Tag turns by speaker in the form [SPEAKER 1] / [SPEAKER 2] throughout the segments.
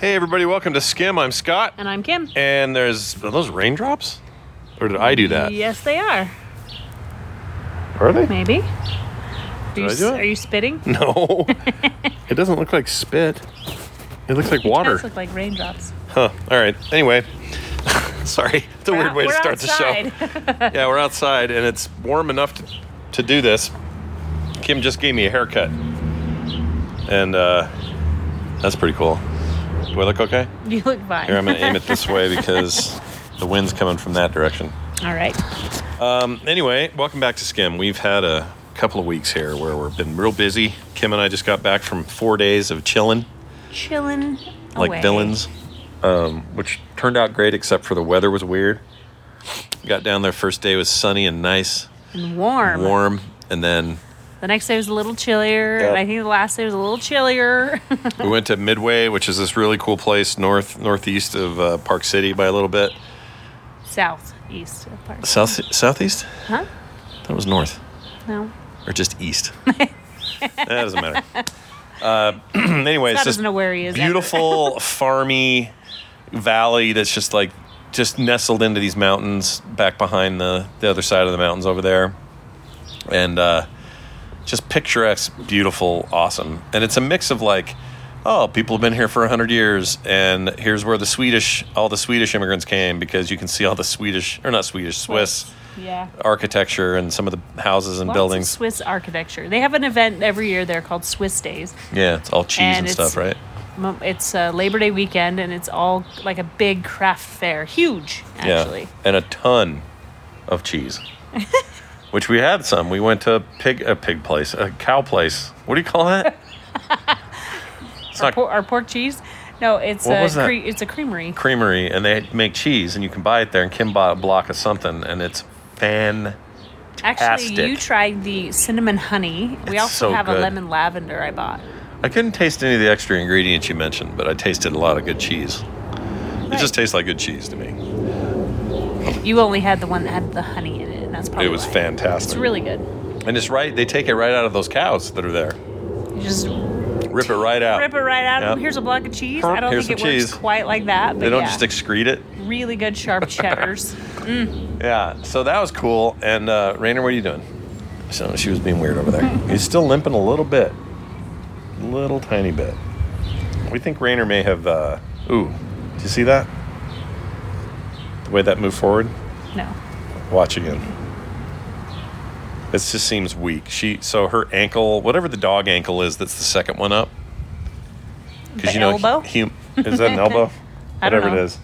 [SPEAKER 1] Hey, everybody, welcome to Skim. I'm Scott.
[SPEAKER 2] And I'm Kim.
[SPEAKER 1] And there's. Are those raindrops? Or did I do that?
[SPEAKER 2] Yes, they are.
[SPEAKER 1] Are they?
[SPEAKER 2] Maybe. Do you,
[SPEAKER 1] I
[SPEAKER 2] s-
[SPEAKER 1] do it?
[SPEAKER 2] Are you spitting?
[SPEAKER 1] No. it doesn't look like spit. It looks like
[SPEAKER 2] It
[SPEAKER 1] water.
[SPEAKER 2] does look like raindrops.
[SPEAKER 1] Huh. All right. Anyway. Sorry. It's a weird way to start the show. yeah, we're outside and it's warm enough to, to do this. Kim just gave me a haircut. And uh, that's pretty cool. Do I look okay?
[SPEAKER 2] show. You look fine.
[SPEAKER 1] Here, I'm going to aim it this way because the wind's coming from that direction.
[SPEAKER 2] All right.
[SPEAKER 1] Um, anyway, welcome back to Skim. We've had a couple of weeks here where we've been real busy. Kim and I just got back from four days of chilling
[SPEAKER 2] Chilling
[SPEAKER 1] like
[SPEAKER 2] away.
[SPEAKER 1] villains, um, which turned out great, except for the weather was weird. Got down there first day was sunny and nice,
[SPEAKER 2] And warm.
[SPEAKER 1] warm, and then
[SPEAKER 2] The next day was a little chillier.
[SPEAKER 1] Yep.
[SPEAKER 2] And I think the last day was a little chillier.
[SPEAKER 1] we went to Midway, which is this really cool place north northeast of uh, Park City by a little bit.
[SPEAKER 2] South, east of Park.
[SPEAKER 1] South southeast?
[SPEAKER 2] Huh?
[SPEAKER 1] That was north.
[SPEAKER 2] No.
[SPEAKER 1] or just east. that doesn't matter. Uh, anyway, it's
[SPEAKER 2] Scott
[SPEAKER 1] just
[SPEAKER 2] doesn't know where he is ever.
[SPEAKER 1] beautiful farmy valley that's just like just nestled into these mountains back behind the the other side of the mountains over there, and uh, just picturesque, beautiful, awesome. And it's a mix of like. Oh, people have been here for hundred years, and here's where the Swedish, all the Swedish immigrants came because you can see all the Swedish, or not Swedish, Swiss
[SPEAKER 2] Yeah.
[SPEAKER 1] architecture and some of the houses and
[SPEAKER 2] Lots of
[SPEAKER 1] buildings.
[SPEAKER 2] Swiss architecture. They have an event every year there called Swiss Days.
[SPEAKER 1] Yeah, it's all cheese and,
[SPEAKER 2] And it's-
[SPEAKER 1] stuff, right?
[SPEAKER 2] Mo- It's uh, Labor Day weekend, and it's all like a big craft fair, huge actually.
[SPEAKER 1] Yeah, and a ton of cheese, which we had some. We went to a pig a pig place, a cow place. What do you call that? it's
[SPEAKER 2] Our,
[SPEAKER 1] not
[SPEAKER 2] por- our pork cheese. No, it's
[SPEAKER 1] What
[SPEAKER 2] a
[SPEAKER 1] was that?
[SPEAKER 2] cre- it's a creamery.
[SPEAKER 1] creamery, and they make cheese, and you can buy it there. And Kim bought a block of something, and it's fan.
[SPEAKER 2] Actually, you
[SPEAKER 1] tastic.
[SPEAKER 2] tried the cinnamon honey. We
[SPEAKER 1] It's
[SPEAKER 2] also
[SPEAKER 1] so
[SPEAKER 2] have
[SPEAKER 1] good.
[SPEAKER 2] a lemon lavender I bought.
[SPEAKER 1] I couldn't taste any of the extra ingredients you mentioned, but I tasted a lot of good cheese. It just tastes like good cheese to me.
[SPEAKER 2] You only had the one that had the honey in it, and that's probably
[SPEAKER 1] It was
[SPEAKER 2] why.
[SPEAKER 1] fantastic.
[SPEAKER 2] It's really good.
[SPEAKER 1] and it's right. They take it right out of those cows that are there.
[SPEAKER 2] You just
[SPEAKER 1] Rip it right out.
[SPEAKER 2] rip it right out.
[SPEAKER 1] Yep.
[SPEAKER 2] of Here's a block of cheese.
[SPEAKER 1] Perp,
[SPEAKER 2] I don't
[SPEAKER 1] here's
[SPEAKER 2] think it
[SPEAKER 1] some
[SPEAKER 2] works
[SPEAKER 1] cheese.
[SPEAKER 2] quite like that. But
[SPEAKER 1] They don't
[SPEAKER 2] yeah.
[SPEAKER 1] just excrete it.
[SPEAKER 2] really good sharp cheddars.
[SPEAKER 1] Yeah, so that was cool. And uh, Rainer, what are you doing? So she was being weird over there. He's still limping a little bit, little tiny bit. We think Rainer may have. Uh, ooh, did you see that? The way that moved forward.
[SPEAKER 2] no,
[SPEAKER 1] Watch again. This just seems weak. She so her ankle, whatever the dog ankle is, that's the second one up.
[SPEAKER 2] The elbow?
[SPEAKER 1] he- is that an elbow?
[SPEAKER 2] I don't
[SPEAKER 1] Whatever it
[SPEAKER 2] know.
[SPEAKER 1] is.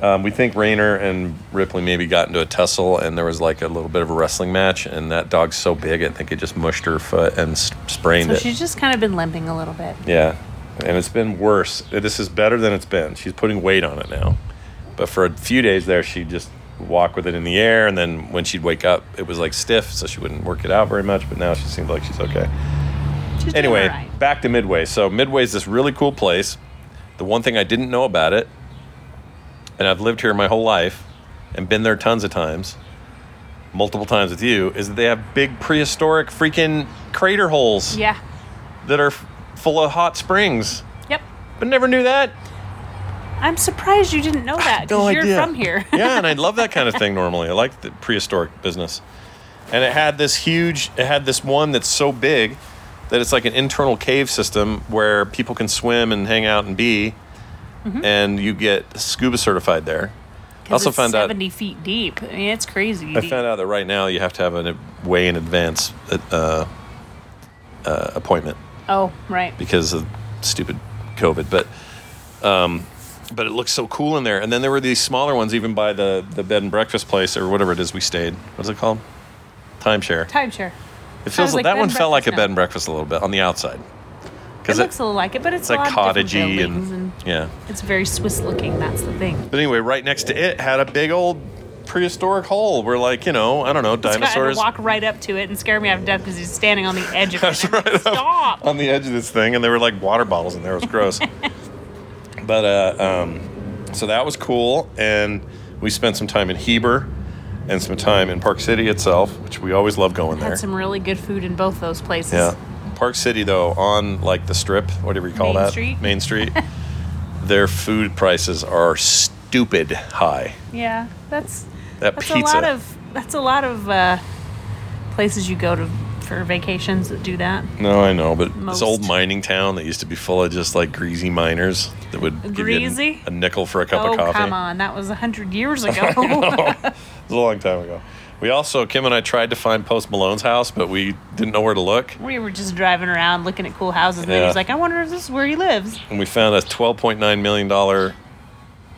[SPEAKER 1] Um, we think Rayner and Ripley maybe got into a tussle, and there was like a little bit of a wrestling match. And that dog's so big, I think it just mushed her foot and s- sprained
[SPEAKER 2] so
[SPEAKER 1] it.
[SPEAKER 2] she's just kind of been limping a little bit.
[SPEAKER 1] Yeah, and it's been worse. This is better than it's been. She's putting weight on it now, but for a few days there, she'd just walk with it in the air, and then when she'd wake up, it was like stiff, so she wouldn't work it out very much. But now she seems like she's okay.
[SPEAKER 2] She's doing
[SPEAKER 1] Anyway,
[SPEAKER 2] all right.
[SPEAKER 1] back to Midway. So Midway's this really cool place. The one thing I didn't know about it, and I've lived here my whole life, and been there tons of times, multiple times with you, is that they have big prehistoric freaking crater holes
[SPEAKER 2] yeah,
[SPEAKER 1] that are f- full of hot springs.
[SPEAKER 2] yep.
[SPEAKER 1] But never knew that.
[SPEAKER 2] I'm surprised you didn't know that because you're from here.
[SPEAKER 1] yeah, and I love that kind of thing normally. I like the prehistoric business. And it had this huge, it had this one that's so big that it's like an internal cave system where people can swim and hang out and be, and you get scuba certified there. I
[SPEAKER 2] 'Cause
[SPEAKER 1] also
[SPEAKER 2] Mm-hmm. it's
[SPEAKER 1] found out
[SPEAKER 2] 70 feet deep. I mean, it's crazy.
[SPEAKER 1] I
[SPEAKER 2] deep.
[SPEAKER 1] found out that right now you have to have a way in advance uh, uh, appointment
[SPEAKER 2] Oh, right.
[SPEAKER 1] because of stupid COVID. But um, but it looks so cool in there. And then there were these smaller ones, even by the the bed and breakfast place or whatever it is we stayed. What's it called? Timeshare.
[SPEAKER 2] Timeshare.
[SPEAKER 1] It feels
[SPEAKER 2] Sounds
[SPEAKER 1] like
[SPEAKER 2] like
[SPEAKER 1] that
[SPEAKER 2] bed
[SPEAKER 1] one
[SPEAKER 2] and
[SPEAKER 1] felt like a bed
[SPEAKER 2] breakfast now.
[SPEAKER 1] and breakfast a little bit on the outside
[SPEAKER 2] It
[SPEAKER 1] because
[SPEAKER 2] looks a little like it, but it's,
[SPEAKER 1] it's like
[SPEAKER 2] a lot of different
[SPEAKER 1] cottagey
[SPEAKER 2] buildings
[SPEAKER 1] and,
[SPEAKER 2] and
[SPEAKER 1] yeah.
[SPEAKER 2] it's very Swiss looking. That's the thing.
[SPEAKER 1] But anyway, right next to it had a big old prehistoric hole where like you know I don't know
[SPEAKER 2] Dinosaurs.
[SPEAKER 1] dinosaurs
[SPEAKER 2] walk right up to it and scare me half to death because he's standing on the edge of it.
[SPEAKER 1] That's
[SPEAKER 2] and I'm like,
[SPEAKER 1] right.
[SPEAKER 2] Stop.
[SPEAKER 1] on the edge of this thing, and there were like water bottles in there. It was gross. but uh, um, so that was cool, and we spent some time in Heber and some time in Park City itself, which we always love going there.
[SPEAKER 2] Had some really good food in both those places.
[SPEAKER 1] yeah, Park City though on like the strip, whatever you call
[SPEAKER 2] Main
[SPEAKER 1] that,
[SPEAKER 2] Street?
[SPEAKER 1] Main Street. their food prices are stupid high.
[SPEAKER 2] Yeah, that's
[SPEAKER 1] That
[SPEAKER 2] that's
[SPEAKER 1] pizza.
[SPEAKER 2] a lot of that's a lot of uh, places you go to for vacations that do that.
[SPEAKER 1] No, I know, but this
[SPEAKER 2] Most.
[SPEAKER 1] old mining town that used to be full of just like greasy miners that would give you
[SPEAKER 2] Greasy?
[SPEAKER 1] a- a nickel for a cup
[SPEAKER 2] oh
[SPEAKER 1] of coffee.
[SPEAKER 2] come on, that was a hundred years ago.
[SPEAKER 1] It was a long time ago. We also Kim and I tried to find Post Malone's house, but we didn't know where to look,
[SPEAKER 2] we were just driving around looking at cool houses, and then he
[SPEAKER 1] Yeah.
[SPEAKER 2] was like, "I wonder if this is where he lives."
[SPEAKER 1] and we found a 12.9 million dollar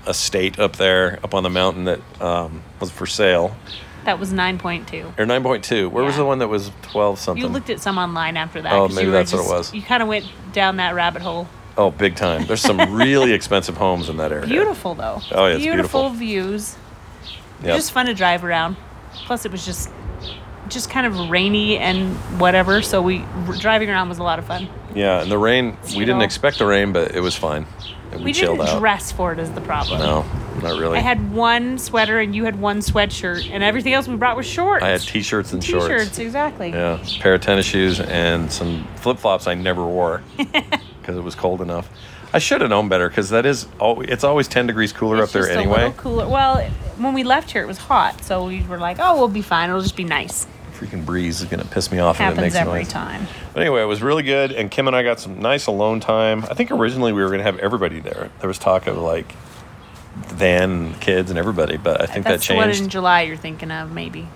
[SPEAKER 1] estate up there, up on the mountain that um, was for sale,
[SPEAKER 2] That was nine point two.
[SPEAKER 1] or 9.2. Where was
[SPEAKER 2] Yeah.
[SPEAKER 1] the one that was 12 something?
[SPEAKER 2] You looked at some online after that.
[SPEAKER 1] Oh,
[SPEAKER 2] 'cause
[SPEAKER 1] maybe
[SPEAKER 2] you were
[SPEAKER 1] that's what it
[SPEAKER 2] just-
[SPEAKER 1] was.
[SPEAKER 2] You kind of went down that rabbit hole.
[SPEAKER 1] oh, big time. There's some really expensive homes in that area.
[SPEAKER 2] Beautiful though.
[SPEAKER 1] Oh, yeah, it's beautiful.
[SPEAKER 2] views.
[SPEAKER 1] Yep.
[SPEAKER 2] Just fun to drive around. Plus, it was just just kind of rainy and whatever. So we driving around was a lot of fun.
[SPEAKER 1] Yeah, and the rain. We didn't
[SPEAKER 2] know.
[SPEAKER 1] expect the rain, but it was fine. And we,
[SPEAKER 2] We
[SPEAKER 1] chilled
[SPEAKER 2] didn't
[SPEAKER 1] out.
[SPEAKER 2] dress for it is the problem.
[SPEAKER 1] No, not really.
[SPEAKER 2] I had one sweater and you had one sweatshirt, and everything else we brought was shorts.
[SPEAKER 1] I had t-shirts and
[SPEAKER 2] t-shirts.
[SPEAKER 1] shorts.
[SPEAKER 2] exactly.
[SPEAKER 1] Yeah, pair of tennis shoes and some flip flops I never wore because it was cold enough. I should have known better because that is al- it's always ten degrees cooler
[SPEAKER 2] It's
[SPEAKER 1] up there
[SPEAKER 2] just a
[SPEAKER 1] anyway.
[SPEAKER 2] little cooler. Well, when we left here, it was hot, so we were like, "Oh, we'll be fine. It'll just be nice."
[SPEAKER 1] Freaking breeze is gonna piss me off if it
[SPEAKER 2] Happens
[SPEAKER 1] makes
[SPEAKER 2] every
[SPEAKER 1] noise.
[SPEAKER 2] time.
[SPEAKER 1] But anyway, it was really good, and Kim and I got some nice alone time. I think originally we were gonna have everybody there. There was talk of like Van, and kids, and everybody, but I think
[SPEAKER 2] That's
[SPEAKER 1] that
[SPEAKER 2] the one
[SPEAKER 1] changed.
[SPEAKER 2] in July you're thinking of, maybe.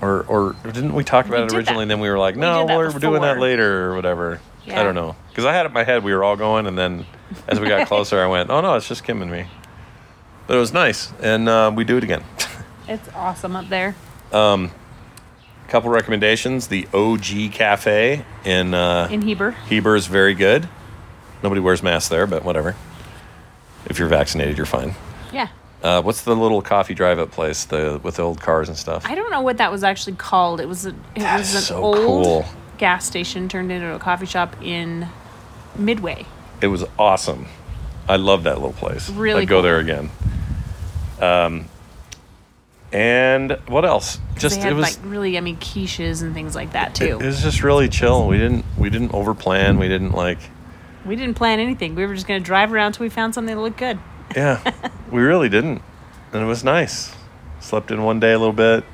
[SPEAKER 1] or or didn't we talk about
[SPEAKER 2] We
[SPEAKER 1] it
[SPEAKER 2] did
[SPEAKER 1] originally
[SPEAKER 2] that.
[SPEAKER 1] and then we were like no
[SPEAKER 2] did that
[SPEAKER 1] we are doing that
[SPEAKER 2] before.
[SPEAKER 1] later or whatever i
[SPEAKER 2] Yeah.
[SPEAKER 1] don't know because i had it in my head we were all going and then as we got closer i went oh no it's just kim and me but it was nice and uh, we do it again
[SPEAKER 2] It's awesome up there.
[SPEAKER 1] couple recommendations the og cafe in uh
[SPEAKER 2] in Heber.
[SPEAKER 1] heber is very good nobody wears masks there but whatever if you're vaccinated you're fine
[SPEAKER 2] Yeah.
[SPEAKER 1] uh, what's the little coffee drive-up place the with the old cars and stuff
[SPEAKER 2] I don't know what that was actually called. It was a, it
[SPEAKER 1] That's
[SPEAKER 2] was an
[SPEAKER 1] so
[SPEAKER 2] old
[SPEAKER 1] cool.
[SPEAKER 2] gas station turned into a coffee shop in Midway.
[SPEAKER 1] It was awesome. I love that little place.
[SPEAKER 2] Really
[SPEAKER 1] I'd go
[SPEAKER 2] cool.
[SPEAKER 1] there again. Um, and what else? Just
[SPEAKER 2] they
[SPEAKER 1] it
[SPEAKER 2] had
[SPEAKER 1] was
[SPEAKER 2] like really yummy quiches and things like that
[SPEAKER 1] it,
[SPEAKER 2] too.
[SPEAKER 1] it was just really chill. We didn't we didn't overplan. We didn't like
[SPEAKER 2] we didn't plan anything. We were just gonna drive around till we found something that looked good.
[SPEAKER 1] yeah. we really didn't, and it was nice. Slept in one day a little bit.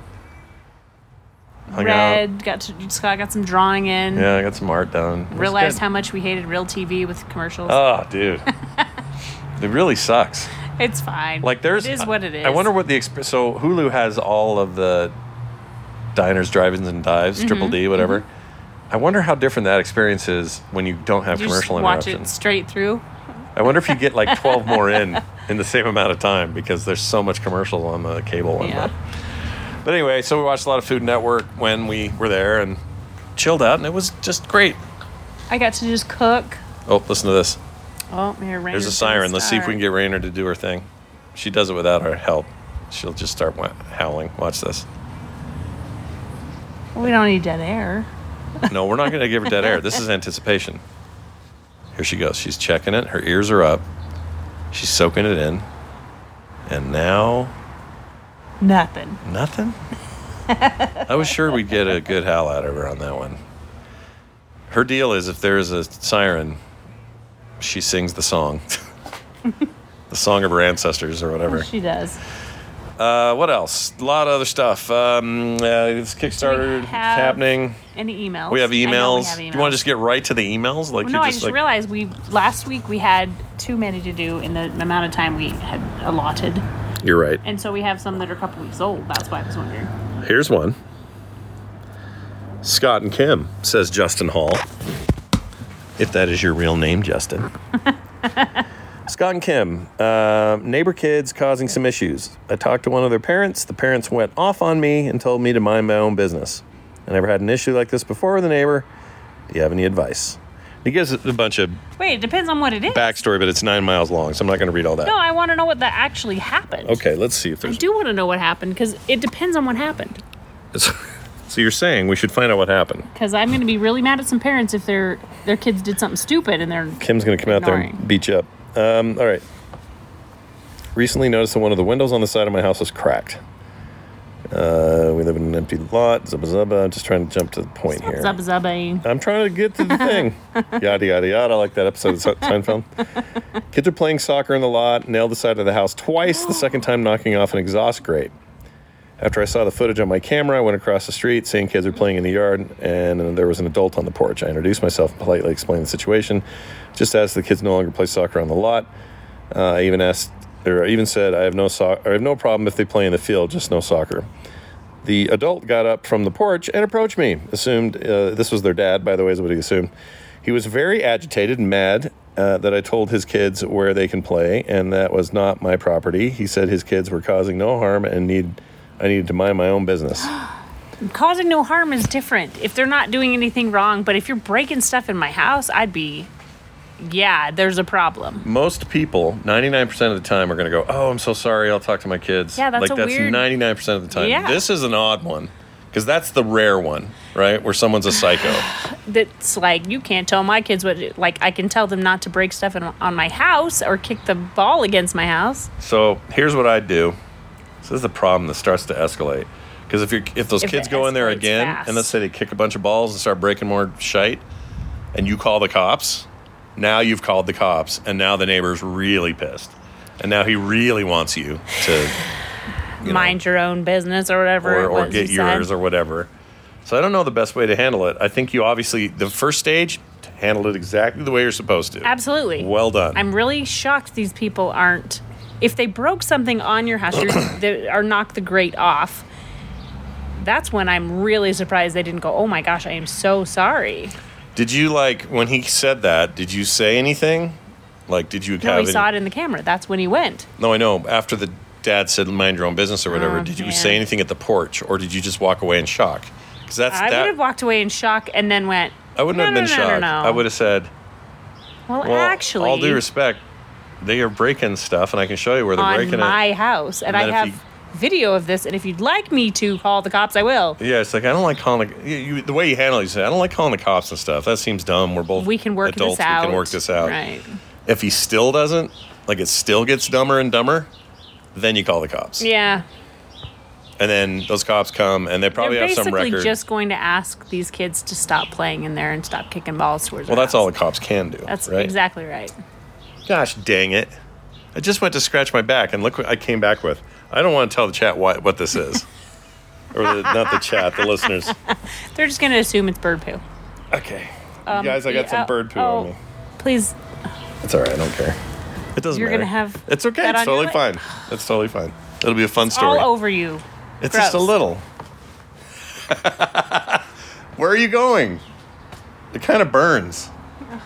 [SPEAKER 1] Hung
[SPEAKER 2] Read,
[SPEAKER 1] out.
[SPEAKER 2] got to, Scott got some drawing in.
[SPEAKER 1] Yeah, I got some art done. It was
[SPEAKER 2] Realized
[SPEAKER 1] good.
[SPEAKER 2] how much we hated real TV with commercials.
[SPEAKER 1] Oh, dude. it really sucks.
[SPEAKER 2] it's fine.
[SPEAKER 1] Like there's,
[SPEAKER 2] it is what it is.
[SPEAKER 1] I wonder what the exp- so Hulu has all of the diners, drive-ins, and dives,
[SPEAKER 2] Mm-hmm,
[SPEAKER 1] Triple D, whatever. I wonder how different that experience is when you don't have
[SPEAKER 2] you just
[SPEAKER 1] commercial
[SPEAKER 2] watch it
[SPEAKER 1] interruptions.
[SPEAKER 2] straight through.
[SPEAKER 1] I wonder if you get like twelve more in in the same amount of time because there's so much commercial on the cable one.
[SPEAKER 2] Yeah.
[SPEAKER 1] But, but anyway, so we watched a lot of Food Network when we were there and chilled out, and it was just great.
[SPEAKER 2] I got to just cook.
[SPEAKER 1] Oh, listen to this.
[SPEAKER 2] Oh, here, Rainer's
[SPEAKER 1] There's a
[SPEAKER 2] gonna
[SPEAKER 1] siren. Let's see if we
[SPEAKER 2] start.
[SPEAKER 1] can get Rainer to do her thing. She does it without our help. She'll just start wa- howling. Watch this.
[SPEAKER 2] We don't need dead air.
[SPEAKER 1] No, we're not going to give her dead air. This is anticipation. Here she goes. She's checking it. Her ears are up. She's soaking it in. And now,
[SPEAKER 2] Nothing.
[SPEAKER 1] nothing. I was sure we'd get a good howl out of her on that one. Her deal is if there is a siren, she sings the song. the song of her ancestors or whatever.
[SPEAKER 2] Oh, She does.
[SPEAKER 1] Uh, what else? A lot of other stuff. Um, uh, this Kickstarter
[SPEAKER 2] We
[SPEAKER 1] is
[SPEAKER 2] have
[SPEAKER 1] happening.
[SPEAKER 2] Any emails?
[SPEAKER 1] We have
[SPEAKER 2] I know we
[SPEAKER 1] emails.
[SPEAKER 2] have
[SPEAKER 1] Do
[SPEAKER 2] emails.
[SPEAKER 1] you want to just get right to the emails? Like
[SPEAKER 2] Well,
[SPEAKER 1] you
[SPEAKER 2] no, I
[SPEAKER 1] just
[SPEAKER 2] just
[SPEAKER 1] like,
[SPEAKER 2] realized we last week we had too many to do in the amount of time we had allotted,
[SPEAKER 1] You're right.
[SPEAKER 2] and so we have some that are a couple weeks old. That's why I was wondering.
[SPEAKER 1] Here's one. Scott and Kim, says Justin Hall. If that is your real name, Justin. Scott and Kim, uh, neighbor kids causing some issues. I talked to one of their parents. The parents went off on me and told me to mind my own business. I never had an issue like this before with a neighbor. Do you have any advice? He gives a bunch of
[SPEAKER 2] Wait, it depends on what it is.
[SPEAKER 1] backstory, but it's nine miles long, so I'm not going to read all that.
[SPEAKER 2] No, I want to know what that actually happened.
[SPEAKER 1] Okay, let's see if
[SPEAKER 2] I
[SPEAKER 1] there's.
[SPEAKER 2] do want to know what happened because it depends on what happened.
[SPEAKER 1] So you're saying we should find out what happened.
[SPEAKER 2] Because I'm going to be really mad at some parents if their their kids did something stupid and they're
[SPEAKER 1] Kim's gonna come out there and
[SPEAKER 2] Ignoring.
[SPEAKER 1] beat you up. Um, all right. Recently noticed that one of the windows on the side of my house is cracked. Uh, we live in an empty lot. Zubba zubba. I'm just trying to jump to the point here.
[SPEAKER 2] Zubba zubba.
[SPEAKER 1] I'm trying to get to the thing. yada yada yada. Like that episode of Se- Seinfeld. Kids are playing soccer in the lot. Nailed the side of the house twice. The second time knocking off an exhaust grate. After I saw the footage on my camera, I went across the street, seeing kids were playing in the yard, and there was an adult on the porch. I introduced myself, and politely explained the situation. Just asked the kids no longer play soccer on the lot. Uh, I even asked, or I even said, I have no so- I have no problem if they play in the field, just no soccer. The adult got up from the porch and approached me. Assumed uh, this was their dad, by the way, is what he assumed. He was very agitated and mad uh, that I told his kids where they can play, and that was not my property. He said his kids were causing no harm and need I needed to mind my own business.
[SPEAKER 2] Causing no harm is different if they're not doing anything wrong, but if you're breaking stuff in my house, I'd be, yeah, there's a problem.
[SPEAKER 1] Most people, ninety nine percent of the time, are going to go, "Oh, I'm so sorry. I'll talk to my kids."
[SPEAKER 2] Yeah, that's
[SPEAKER 1] like
[SPEAKER 2] a
[SPEAKER 1] that's
[SPEAKER 2] weird-
[SPEAKER 1] ninety nine percent of the time.
[SPEAKER 2] Yeah.
[SPEAKER 1] This is an odd one because that's the rare one, right? Where someone's a psycho.
[SPEAKER 2] That's like, you can't tell my kids what, like, I can tell them not to break stuff in, on my house or kick the ball against my house.
[SPEAKER 1] So here's what I do. So this is the problem that starts to escalate. Because if you're if those
[SPEAKER 2] If
[SPEAKER 1] kids
[SPEAKER 2] it
[SPEAKER 1] go in there
[SPEAKER 2] escalates
[SPEAKER 1] again
[SPEAKER 2] fast.
[SPEAKER 1] and let's say they kick a bunch of balls and start breaking more shite, and you call the cops, now you've called the cops, and now the neighbor's really pissed, and now he really wants you to you know,
[SPEAKER 2] Mind your own business or whatever.
[SPEAKER 1] or,
[SPEAKER 2] it
[SPEAKER 1] or
[SPEAKER 2] was
[SPEAKER 1] get
[SPEAKER 2] you said.
[SPEAKER 1] yours or whatever. So I don't know the best way to handle it. I think you obviously the first stage handled it exactly the way you're supposed to.
[SPEAKER 2] Absolutely.
[SPEAKER 1] Well done.
[SPEAKER 2] I'm really shocked these people aren't. If they broke something on your house you're, they, or knocked the grate off, that's when I'm really surprised they didn't go, oh my gosh, I am so sorry.
[SPEAKER 1] Did you like when he said that? Did you say anything? Like, did you
[SPEAKER 2] No,
[SPEAKER 1] have
[SPEAKER 2] we saw it in the camera. That's when he went.
[SPEAKER 1] No, I know. After the dad said mind your own business or whatever,
[SPEAKER 2] Oh,
[SPEAKER 1] did you
[SPEAKER 2] man.
[SPEAKER 1] say anything at the porch or did you just walk away in shock? Because that's
[SPEAKER 2] I would
[SPEAKER 1] that.
[SPEAKER 2] have walked away in shock and then went,
[SPEAKER 1] I wouldn't
[SPEAKER 2] no,
[SPEAKER 1] have
[SPEAKER 2] no,
[SPEAKER 1] been
[SPEAKER 2] no, no,
[SPEAKER 1] shocked.
[SPEAKER 2] no.
[SPEAKER 1] I would have said,
[SPEAKER 2] Well,
[SPEAKER 1] well,
[SPEAKER 2] actually,
[SPEAKER 1] all due respect, they are breaking stuff and I can show you where they're
[SPEAKER 2] on
[SPEAKER 1] breaking
[SPEAKER 2] my
[SPEAKER 1] it.
[SPEAKER 2] house,
[SPEAKER 1] And
[SPEAKER 2] and, I
[SPEAKER 1] then
[SPEAKER 2] have
[SPEAKER 1] if
[SPEAKER 2] video of this, and if you'd like me to call the cops, I will.
[SPEAKER 1] Yeah, it's like, I don't like calling the, you, you- the way you handle it, you say, I don't like calling the cops and stuff. That seems dumb. We're both
[SPEAKER 2] We can work
[SPEAKER 1] adults.
[SPEAKER 2] this out.
[SPEAKER 1] We can work this out.
[SPEAKER 2] Right.
[SPEAKER 1] If he still doesn't, like it still gets dumber and dumber, then you call the cops.
[SPEAKER 2] Yeah.
[SPEAKER 1] and then those cops come and they probably
[SPEAKER 2] They're
[SPEAKER 1] have some
[SPEAKER 2] basically
[SPEAKER 1] record.
[SPEAKER 2] just going to ask these kids to stop playing in there and stop kicking balls towards.
[SPEAKER 1] well,
[SPEAKER 2] their
[SPEAKER 1] that's all
[SPEAKER 2] house.
[SPEAKER 1] the cops can do.
[SPEAKER 2] That's
[SPEAKER 1] right?
[SPEAKER 2] exactly right.
[SPEAKER 1] Gosh, dang it! I just went to scratch my back, and look what I came back with. I don't want to tell the chat what what this is, or the, not the chat, the listeners.
[SPEAKER 2] They're just going to assume it's bird poo.
[SPEAKER 1] Okay,
[SPEAKER 2] Um,
[SPEAKER 1] you guys, I got
[SPEAKER 2] yeah,
[SPEAKER 1] some bird poo
[SPEAKER 2] oh,
[SPEAKER 1] on me.
[SPEAKER 2] Please,
[SPEAKER 1] It's all right. I don't care. It doesn't.
[SPEAKER 2] You're
[SPEAKER 1] matter.
[SPEAKER 2] gonna have
[SPEAKER 1] It's okay.
[SPEAKER 2] that
[SPEAKER 1] It's
[SPEAKER 2] on your
[SPEAKER 1] totally fine.
[SPEAKER 2] leg?
[SPEAKER 1] It's totally fine. It'll be a fun story.
[SPEAKER 2] all over you.
[SPEAKER 1] It's just a
[SPEAKER 2] Gross.
[SPEAKER 1] little. Where are you going? It kind of burns.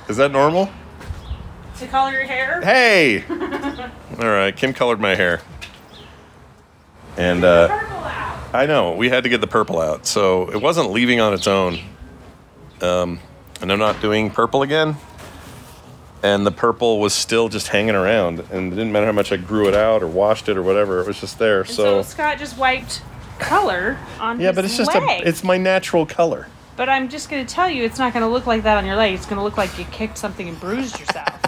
[SPEAKER 1] Is that normal?
[SPEAKER 2] To color your hair.
[SPEAKER 1] Hey! All right, Kim colored my hair. And uh,
[SPEAKER 2] Purple out.
[SPEAKER 1] I know, we had to get the purple out, so it wasn't leaving on its own. Um, and I'm not doing purple again. And the purple was still just hanging around, and it didn't matter how much I grew it out or washed it or whatever, it was just there.
[SPEAKER 2] And
[SPEAKER 1] So,
[SPEAKER 2] so, Scott just wiped color on.
[SPEAKER 1] yeah,
[SPEAKER 2] his
[SPEAKER 1] but it's just
[SPEAKER 2] leg.
[SPEAKER 1] a, it's my natural color.
[SPEAKER 2] But I'm just going to tell you, it's not going to look like that on your leg. It's going to look like you kicked something and bruised yourself.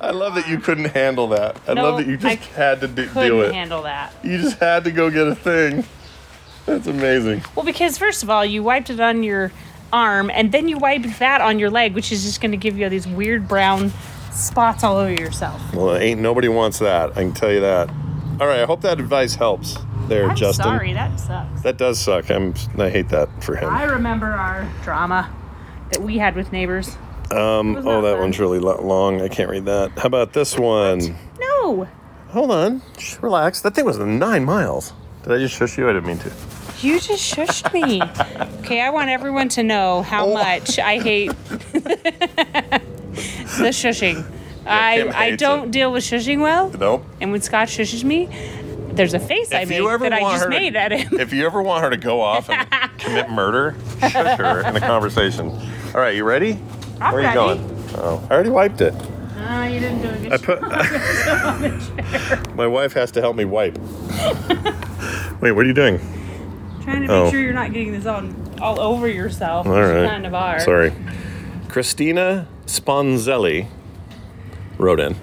[SPEAKER 1] I love that you couldn't handle that. I
[SPEAKER 2] No,
[SPEAKER 1] love that you just
[SPEAKER 2] I
[SPEAKER 1] had to d- do
[SPEAKER 2] Couldn't
[SPEAKER 1] it.
[SPEAKER 2] handle that.
[SPEAKER 1] you just had to go get a thing. That's amazing.
[SPEAKER 2] Well, because first of all, you wiped it on your arm, and then you wiped that on your leg, which is just going to give you these weird brown spots all over yourself.
[SPEAKER 1] Well, ain't nobody wants that. I can tell you that. All right, I hope that advice helps there,
[SPEAKER 2] I'm
[SPEAKER 1] Justin.
[SPEAKER 2] sorry, that sucks.
[SPEAKER 1] That does suck. I'm I hate that for him.
[SPEAKER 2] I remember our drama that we had with neighbors.
[SPEAKER 1] um
[SPEAKER 2] was
[SPEAKER 1] oh
[SPEAKER 2] not
[SPEAKER 1] that
[SPEAKER 2] fun.
[SPEAKER 1] one's really lo- long. I can't read that. How about this one?
[SPEAKER 2] No,
[SPEAKER 1] Hold on. Shh, relax. That thing was 9 miles. Did I just shush you? I didn't mean to.
[SPEAKER 2] you just shushed me. okay, I want everyone to know how
[SPEAKER 1] Oh.
[SPEAKER 2] much I hate the shushing.
[SPEAKER 1] Kim
[SPEAKER 2] I I
[SPEAKER 1] hates
[SPEAKER 2] don't
[SPEAKER 1] it.
[SPEAKER 2] deal with shushing well,
[SPEAKER 1] Nope.
[SPEAKER 2] and when Scott shushes me, there's a face I
[SPEAKER 1] If
[SPEAKER 2] make
[SPEAKER 1] you ever
[SPEAKER 2] that I
[SPEAKER 1] want
[SPEAKER 2] just
[SPEAKER 1] her to-
[SPEAKER 2] made at him.
[SPEAKER 1] If you ever want her to go off and commit murder, shush her in a conversation. All right, you ready?
[SPEAKER 2] I'm
[SPEAKER 1] Where are you
[SPEAKER 2] ready.
[SPEAKER 1] going? Oh, I already wiped it.
[SPEAKER 2] Ah, you didn't do a good
[SPEAKER 1] I put. My wife has to help me wipe. Wait, what are you doing?
[SPEAKER 2] Trying to make
[SPEAKER 1] Oh.
[SPEAKER 2] sure you're not getting this on all over yourself.
[SPEAKER 1] All
[SPEAKER 2] which you
[SPEAKER 1] right.
[SPEAKER 2] Kind of are.
[SPEAKER 1] Sorry. Christina Sponzelli wrote in.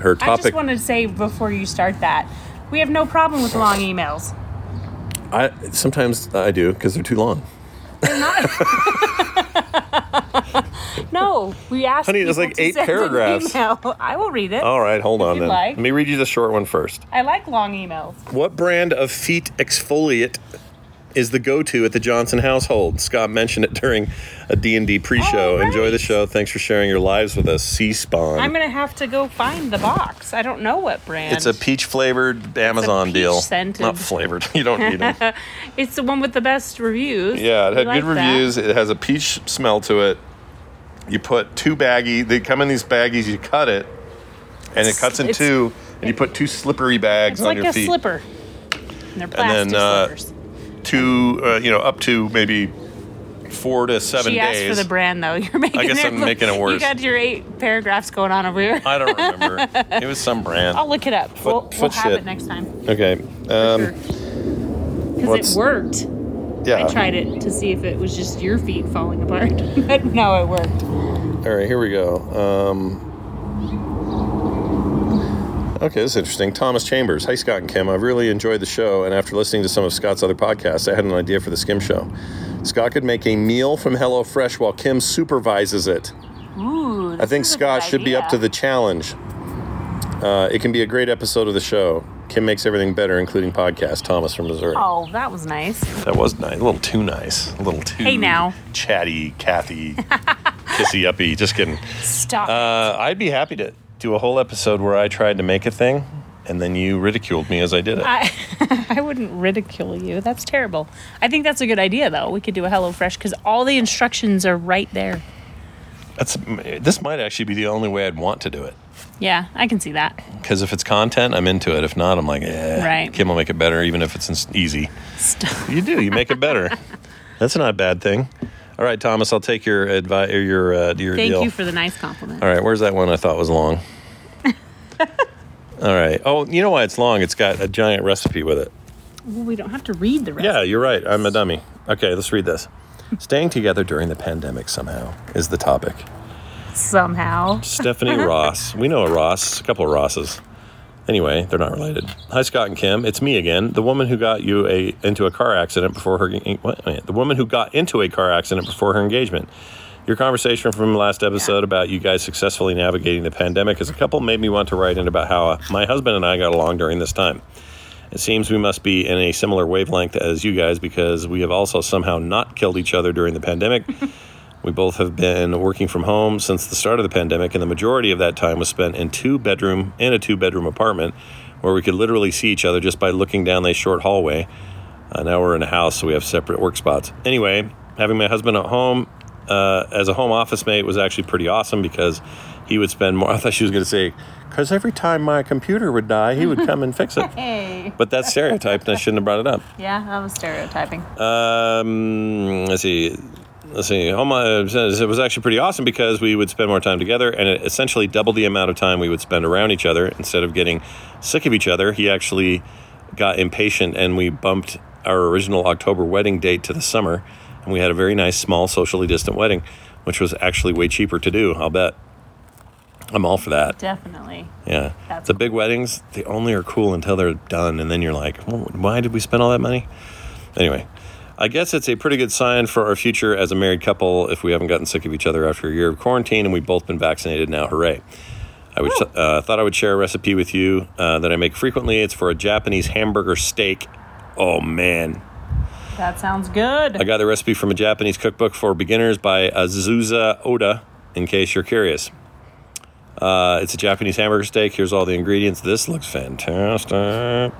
[SPEAKER 1] Her
[SPEAKER 2] I
[SPEAKER 1] topic.
[SPEAKER 2] just wanted to say before you start that, We have no problem with long emails.
[SPEAKER 1] I sometimes I do because they're too long.
[SPEAKER 2] They're not. no, we asked.
[SPEAKER 1] Honey, there's
[SPEAKER 2] people
[SPEAKER 1] like
[SPEAKER 2] to
[SPEAKER 1] eight
[SPEAKER 2] send an
[SPEAKER 1] paragraphs.
[SPEAKER 2] email. I will read it.
[SPEAKER 1] All right, hold on
[SPEAKER 2] you
[SPEAKER 1] then.
[SPEAKER 2] like.
[SPEAKER 1] Let me read you the short one first.
[SPEAKER 2] I like long emails.
[SPEAKER 1] What brand of feet exfoliate is the go-to at the Johnson household? Scott mentioned it during a D&D pre-show.
[SPEAKER 2] Oh, right.
[SPEAKER 1] Enjoy the show. Thanks for sharing your lives with us. C-Spawn.
[SPEAKER 2] I'm gonna have to go find the box. I don't know what brand.
[SPEAKER 1] it's a peach flavored Amazon
[SPEAKER 2] peach
[SPEAKER 1] deal.
[SPEAKER 2] scented-
[SPEAKER 1] Not flavored. You don't need it.
[SPEAKER 2] It's the one with the best reviews.
[SPEAKER 1] Yeah, it
[SPEAKER 2] We
[SPEAKER 1] had
[SPEAKER 2] like
[SPEAKER 1] good
[SPEAKER 2] that.
[SPEAKER 1] reviews. It has a peach smell to it. You put two baggy. They come in these baggies. You cut it, and it cuts in
[SPEAKER 2] It's-
[SPEAKER 1] two. And you put two slippery bags
[SPEAKER 2] It's
[SPEAKER 1] on
[SPEAKER 2] like
[SPEAKER 1] your
[SPEAKER 2] a
[SPEAKER 1] feet.
[SPEAKER 2] slipper. And they're plastic
[SPEAKER 1] then, uh,
[SPEAKER 2] slippers.
[SPEAKER 1] Two, uh, you know, up to maybe four to seven
[SPEAKER 2] She asked
[SPEAKER 1] days.
[SPEAKER 2] for the brand though. You're making.
[SPEAKER 1] guess I'm making it
[SPEAKER 2] You
[SPEAKER 1] worse.
[SPEAKER 2] got your eight paragraphs going on over here.
[SPEAKER 1] I don't remember. it was some brand.
[SPEAKER 2] I'll look it up. we'll we'll
[SPEAKER 1] foot
[SPEAKER 2] have
[SPEAKER 1] shit.
[SPEAKER 2] it next time.
[SPEAKER 1] okay. Um,
[SPEAKER 2] Because
[SPEAKER 1] what's-
[SPEAKER 2] it worked.
[SPEAKER 1] yeah.
[SPEAKER 2] I tried it to see if it was just your feet falling apart, but no, it worked.
[SPEAKER 1] All right, here we go. Um, okay, this is interesting. Thomas Chambers. Hi, Scott and Kim. I've really enjoyed the show, and after listening to some of Scott's other podcasts, I had an idea for the Skim Show. Scott could make a meal from HelloFresh while Kim supervises it.
[SPEAKER 2] Ooh.
[SPEAKER 1] I think Scott should be up to the challenge. Uh, it can be a great episode of the show. Kim makes everything better, including podcast. Thomas from Missouri.
[SPEAKER 2] Oh, that was nice.
[SPEAKER 1] That was nice. A little too nice. A little too
[SPEAKER 2] Hey, now.
[SPEAKER 1] chatty, Kathy, kissy uppy. Just kidding.
[SPEAKER 2] Stop.
[SPEAKER 1] Uh, I'd be happy to do a whole episode where I tried to make a thing and then you ridiculed me as I did it.
[SPEAKER 2] I, I wouldn't ridicule you. That's terrible. I think that's a good idea, though. We could do a HelloFresh because all the instructions are right there.
[SPEAKER 1] That's this might actually be the only way I'd want to do it
[SPEAKER 2] Yeah, I can see that.
[SPEAKER 1] because if it's content, I'm into it. If not, I'm like, eh,
[SPEAKER 2] Right.
[SPEAKER 1] Kim will make it better, even if it's ins- easy.
[SPEAKER 2] Stop.
[SPEAKER 1] You do, you make it better. That's not a bad thing. All right, Thomas, I'll take your advice or your uh, your
[SPEAKER 2] Thank
[SPEAKER 1] deal.
[SPEAKER 2] you for the nice compliment.
[SPEAKER 1] All right, where's that one I thought was long? All right. Oh, you know why it's long? It's got a giant recipe with it.
[SPEAKER 2] Well, we don't have to read the rest.
[SPEAKER 1] Yeah, you're right. I'm a dummy. Okay, let's read this. Staying together during the pandemic somehow is the topic.
[SPEAKER 2] Somehow.
[SPEAKER 1] Stephanie Ross. We know a Ross, a couple of Rosses. Anyway, they're not related. Hi, Scott and Kim. It's me again, the woman who got you a into a car accident before her what? Wait, the woman who got into a car accident before her engagement. Your conversation from last episode about you guys successfully navigating the pandemic as a couple made me want to write in about how uh, my husband and I got along during this time. It seems we must be in a similar wavelength as you guys because we have also somehow not killed each other during the pandemic. we both have been working from home since the start of the pandemic, and the majority of that time was spent in two bedroom in a two bedroom apartment where we could literally see each other just by looking down a short hallway. Uh, now we're in a house, so we have separate work spots. Anyway, having my husband at home uh, as a home office mate was actually pretty awesome because he would spend more. I thought she was going to say, because every time my computer would die, he would come and fix it.
[SPEAKER 2] Hey.
[SPEAKER 1] But that's stereotyped, and I shouldn't have brought it up.
[SPEAKER 2] Yeah, that was stereotyping.
[SPEAKER 1] Um, let's see. Let's see. Oh my, it was actually pretty awesome because we would spend more time together, and it essentially doubled the amount of time we would spend around each other. Instead of getting sick of each other, he actually got impatient, and we bumped our original October wedding date to the summer, and we had a very nice, small, socially distant wedding, which was actually way cheaper to do. I'll bet. I'm all for that.
[SPEAKER 2] Definitely.
[SPEAKER 1] Yeah.
[SPEAKER 2] That's
[SPEAKER 1] the big weddings, they only are cool until they're done. And then you're like, "Well, why did we spend all that money? Anyway, I guess it's a pretty good sign for our future as a married couple if we haven't gotten sick of each other after a year of quarantine and we've both been vaccinated now. Hooray. I would, uh, thought I would share a recipe with you uh, that I make frequently. It's for a Japanese hamburger steak. Oh, man.
[SPEAKER 2] That sounds good.
[SPEAKER 1] I got the recipe from a Japanese cookbook for beginners by Azusa Oda, in case you're curious. Uh, it's a Japanese hamburger steak. Here's all the ingredients. This looks fantastic.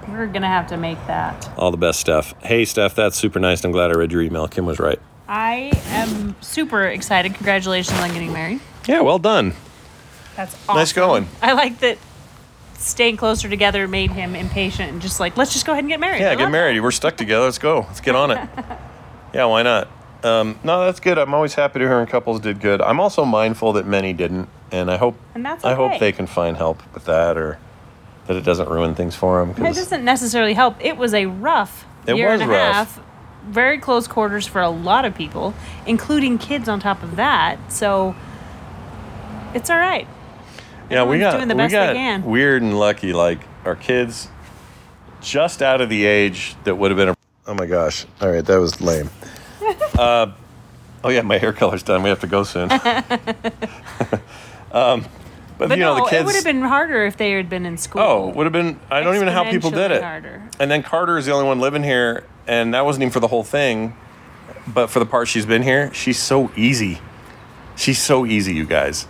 [SPEAKER 2] We're going to have to make that.
[SPEAKER 1] All the best stuff. Hey, Steph, that's super nice. I'm glad I read your email. Kim was right.
[SPEAKER 2] I am super excited. Congratulations on getting married.
[SPEAKER 1] Yeah, well done.
[SPEAKER 2] That's awesome.
[SPEAKER 1] going.
[SPEAKER 2] I like that staying closer together made him impatient and just like, let's just go ahead and get married. I
[SPEAKER 1] Yeah, get
[SPEAKER 2] love
[SPEAKER 1] married. We're stuck together. Let's go. Let's get on it. Yeah, why not? Um, no, that's good. I'm always happy to hear when couples did good. I'm also mindful that many didn't, and I hope
[SPEAKER 2] And that's
[SPEAKER 1] I hope
[SPEAKER 2] okay.
[SPEAKER 1] they can find help with that, or that it doesn't ruin things for them.
[SPEAKER 2] It doesn't necessarily help. It was a rough
[SPEAKER 1] It
[SPEAKER 2] year
[SPEAKER 1] was
[SPEAKER 2] and a
[SPEAKER 1] rough.
[SPEAKER 2] half. Very close quarters for a lot of people, including kids on top of that. So it's all right.
[SPEAKER 1] Yeah, we
[SPEAKER 2] Everyone's
[SPEAKER 1] got
[SPEAKER 2] doing the
[SPEAKER 1] we
[SPEAKER 2] best they
[SPEAKER 1] got
[SPEAKER 2] can.
[SPEAKER 1] weird and lucky. Like our kids just out of the age that would have been a.
[SPEAKER 3] Oh my gosh. All right, that was lame.
[SPEAKER 1] Oh yeah, my hair color's done. We have to go soon. um, but,
[SPEAKER 2] But
[SPEAKER 1] you know
[SPEAKER 2] no,
[SPEAKER 1] the kids.
[SPEAKER 2] it would have been harder if they had been in school.
[SPEAKER 1] Oh, would have been. I don't even know how people did
[SPEAKER 2] Exponentially
[SPEAKER 1] it.
[SPEAKER 2] harder.
[SPEAKER 1] And then Carter is the only one living here, and that wasn't even for the whole thing, but for the part she's been here, she's so easy. She's so easy, you guys.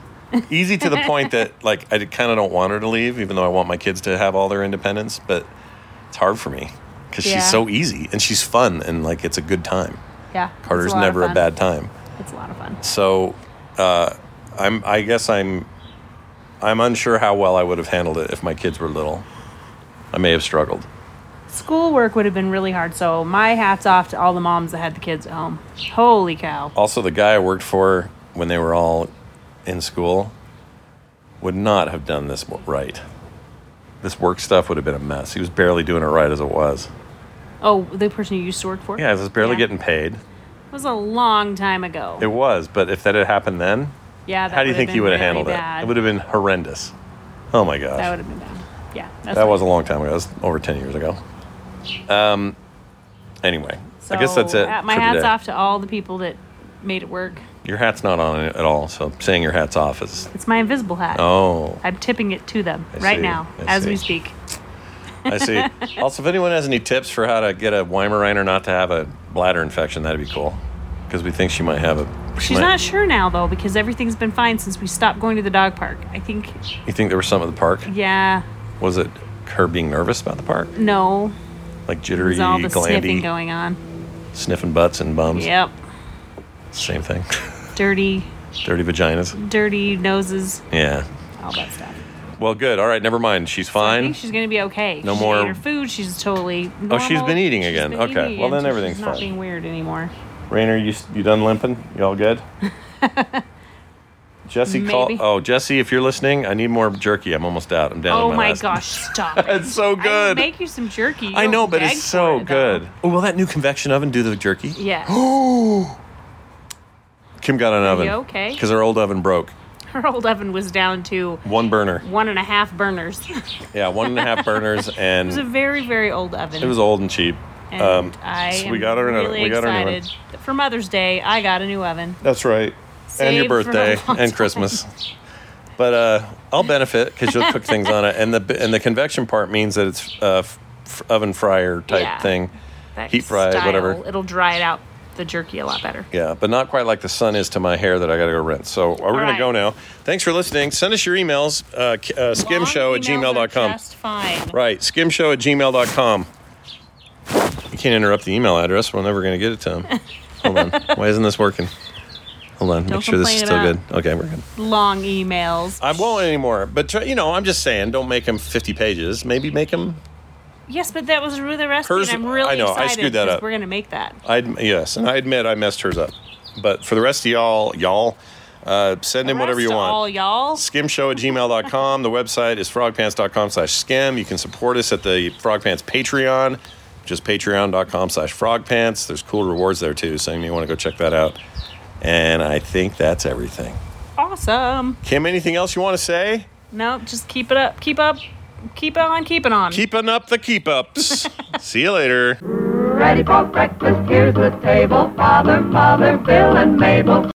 [SPEAKER 1] Easy to the point that like I kind of don't want her to leave, even though I want my kids to have all their independence. But it's hard for me because
[SPEAKER 2] Yeah.
[SPEAKER 1] she's so easy and she's fun and like it's a good time.
[SPEAKER 2] Yeah. it's
[SPEAKER 1] Carter's
[SPEAKER 2] lot of
[SPEAKER 1] never a
[SPEAKER 2] fun.
[SPEAKER 1] bad time.
[SPEAKER 2] It's a lot of fun.
[SPEAKER 1] So uh, I'm. I guess I'm. I'm unsure how well I would have handled it if my kids were little. I may have struggled.
[SPEAKER 2] Schoolwork would have been really hard. So my hats off to all the moms that had the kids at home. Holy cow!
[SPEAKER 1] Also, the guy I worked for when they were all in school would not have done this w- right. This work stuff would have been a mess. He was barely doing it right as it was.
[SPEAKER 2] Oh, the person you used to work for.
[SPEAKER 1] Yeah, I was barely
[SPEAKER 2] Yeah.
[SPEAKER 1] getting paid.
[SPEAKER 2] It was a long time ago.
[SPEAKER 1] It was, but if that had happened then,
[SPEAKER 2] yeah. That
[SPEAKER 1] how do you
[SPEAKER 2] would've
[SPEAKER 1] think
[SPEAKER 2] been
[SPEAKER 1] he would have
[SPEAKER 2] really
[SPEAKER 1] handled
[SPEAKER 2] bad.
[SPEAKER 1] it? It would have been horrendous. Oh my gosh.
[SPEAKER 2] That would have been bad. Yeah. That's
[SPEAKER 1] that
[SPEAKER 2] fine.
[SPEAKER 1] was a long time ago. That was over 10 years ago. Um, anyway, I guess that's
[SPEAKER 2] So,
[SPEAKER 1] it.
[SPEAKER 2] uh, My
[SPEAKER 1] for
[SPEAKER 2] hats
[SPEAKER 1] today.
[SPEAKER 2] off to all the people that made it work.
[SPEAKER 1] Your hat's not on at all, so saying your hat's off is.
[SPEAKER 2] It's my invisible hat.
[SPEAKER 1] Oh,
[SPEAKER 2] I'm tipping it to them
[SPEAKER 1] I
[SPEAKER 2] right
[SPEAKER 1] see.
[SPEAKER 2] now
[SPEAKER 1] I
[SPEAKER 2] as
[SPEAKER 1] see.
[SPEAKER 2] we speak.
[SPEAKER 1] I see. also, if anyone has any tips for how to get a Weimaraner not to have a bladder infection, that'd be cool. Because we think she might have a. she
[SPEAKER 2] She's
[SPEAKER 1] might-
[SPEAKER 2] not sure now though because everything's been fine since we stopped going to the dog park. I think
[SPEAKER 1] You think there was something at the park?
[SPEAKER 2] yeah,
[SPEAKER 1] Was it her being nervous about the park?
[SPEAKER 2] no.
[SPEAKER 1] Like jittery,
[SPEAKER 2] There's all the sniffing
[SPEAKER 1] glandy,
[SPEAKER 2] going on.
[SPEAKER 1] sniffing butts and bums?
[SPEAKER 2] Yep.
[SPEAKER 1] Same thing.
[SPEAKER 2] Dirty,
[SPEAKER 1] Dirty vaginas?
[SPEAKER 2] dirty noses,
[SPEAKER 1] Yeah.
[SPEAKER 2] all that stuff.
[SPEAKER 1] Well, good. All right, never mind. She's
[SPEAKER 2] I
[SPEAKER 1] fine.
[SPEAKER 2] think she's gonna be okay.
[SPEAKER 1] No
[SPEAKER 2] She
[SPEAKER 1] more- Oh,
[SPEAKER 2] ate her food. She's totally. Normal.
[SPEAKER 1] she's been eating again.
[SPEAKER 2] been
[SPEAKER 1] Okay.
[SPEAKER 2] eating
[SPEAKER 1] Well, then
[SPEAKER 2] again, so
[SPEAKER 1] everything's
[SPEAKER 2] she's not
[SPEAKER 1] fine.
[SPEAKER 2] being weird anymore.
[SPEAKER 1] Rainer, you you done limping? You all good? Jesse, call.
[SPEAKER 2] Maybe.
[SPEAKER 1] Oh, Jesse, if you're listening, I need more jerky. I'm almost out. I'm down. to
[SPEAKER 2] Oh
[SPEAKER 1] my,
[SPEAKER 2] my
[SPEAKER 1] last-
[SPEAKER 2] gosh! Stop. it.
[SPEAKER 1] It's so
[SPEAKER 2] I will
[SPEAKER 1] good.
[SPEAKER 2] make you some jerky. You
[SPEAKER 1] I know,
[SPEAKER 2] don't
[SPEAKER 1] but
[SPEAKER 2] beg
[SPEAKER 1] it's
[SPEAKER 2] for
[SPEAKER 1] so
[SPEAKER 2] it, though.
[SPEAKER 1] good. Oh, will that new convection oven do the jerky?
[SPEAKER 2] Yeah.
[SPEAKER 1] Kim got an oven.
[SPEAKER 2] you okay?
[SPEAKER 1] Because her old oven broke.
[SPEAKER 2] Her old oven was down to
[SPEAKER 1] One burner.
[SPEAKER 2] one and a half burners. it
[SPEAKER 1] Yeah, one and a half burners, and
[SPEAKER 2] was a very, very old oven.
[SPEAKER 1] it was old and cheap. Um,
[SPEAKER 2] and I
[SPEAKER 1] so
[SPEAKER 2] am
[SPEAKER 1] we got her another.
[SPEAKER 2] really
[SPEAKER 1] we got her another.
[SPEAKER 2] excited. that For Mother's Day, I got a new oven.
[SPEAKER 1] That's right. and your
[SPEAKER 2] Saved for a
[SPEAKER 1] birthday
[SPEAKER 2] long
[SPEAKER 1] and
[SPEAKER 2] time.
[SPEAKER 1] Christmas. But uh, I'll benefit because you'll cook things on it, and the and the convection part means that it's uh, f- f- oven fryer type
[SPEAKER 2] Yeah.
[SPEAKER 1] thing,
[SPEAKER 2] That
[SPEAKER 1] heat fried,
[SPEAKER 2] style,
[SPEAKER 1] whatever.
[SPEAKER 2] It'll dry it out the jerky a lot better.
[SPEAKER 1] Yeah, but not quite like the sun is to my hair that I got to go rinse. So uh, we're going
[SPEAKER 2] right.
[SPEAKER 1] to go now. Thanks for listening. Send us your emails, uh, k- uh, skimshow
[SPEAKER 2] Long
[SPEAKER 1] at
[SPEAKER 2] emails are
[SPEAKER 1] gmail.com.
[SPEAKER 2] Just fine.
[SPEAKER 1] Right, skimshow at gmail.com. You can't interrupt the email address. We're never going to get it to him. Hold on. Why isn't this working? Hold on.
[SPEAKER 2] Don't
[SPEAKER 1] Make sure this is still
[SPEAKER 2] complain
[SPEAKER 1] good.
[SPEAKER 2] about-
[SPEAKER 1] Okay, we're good.
[SPEAKER 2] Long emails.
[SPEAKER 1] I won't anymore. But, try, you know, I'm just saying, don't make them 50 pages. Maybe make them.
[SPEAKER 2] yes, but that was really the recipe.
[SPEAKER 1] Hers-
[SPEAKER 2] and I'm really
[SPEAKER 1] I know, I
[SPEAKER 2] excited
[SPEAKER 1] screwed that
[SPEAKER 2] 'cause
[SPEAKER 1] up.
[SPEAKER 2] We're gonna make that.
[SPEAKER 1] I'd, yes, and I admit I messed hers up. But for the rest of y'all, y'all, uh, send in whatever
[SPEAKER 2] Rest
[SPEAKER 1] you
[SPEAKER 2] of
[SPEAKER 1] want.
[SPEAKER 2] All y'all.
[SPEAKER 1] skimshow at gmail.com. The website is frogpants.com slash skim. You can support us at the Frogpants Patreon, just patreon.com slash frogpants. There's cool rewards there too, so you may want to go check that out. And I think that's everything.
[SPEAKER 2] Awesome.
[SPEAKER 1] Kim, anything else you want to say?
[SPEAKER 2] No, just keep it up. Keep up. Keep on keeping on.
[SPEAKER 1] Keeping up the keep ups. See you later.
[SPEAKER 4] Ready for breakfast, here's the table. Father, Mother, Bill, and Mabel.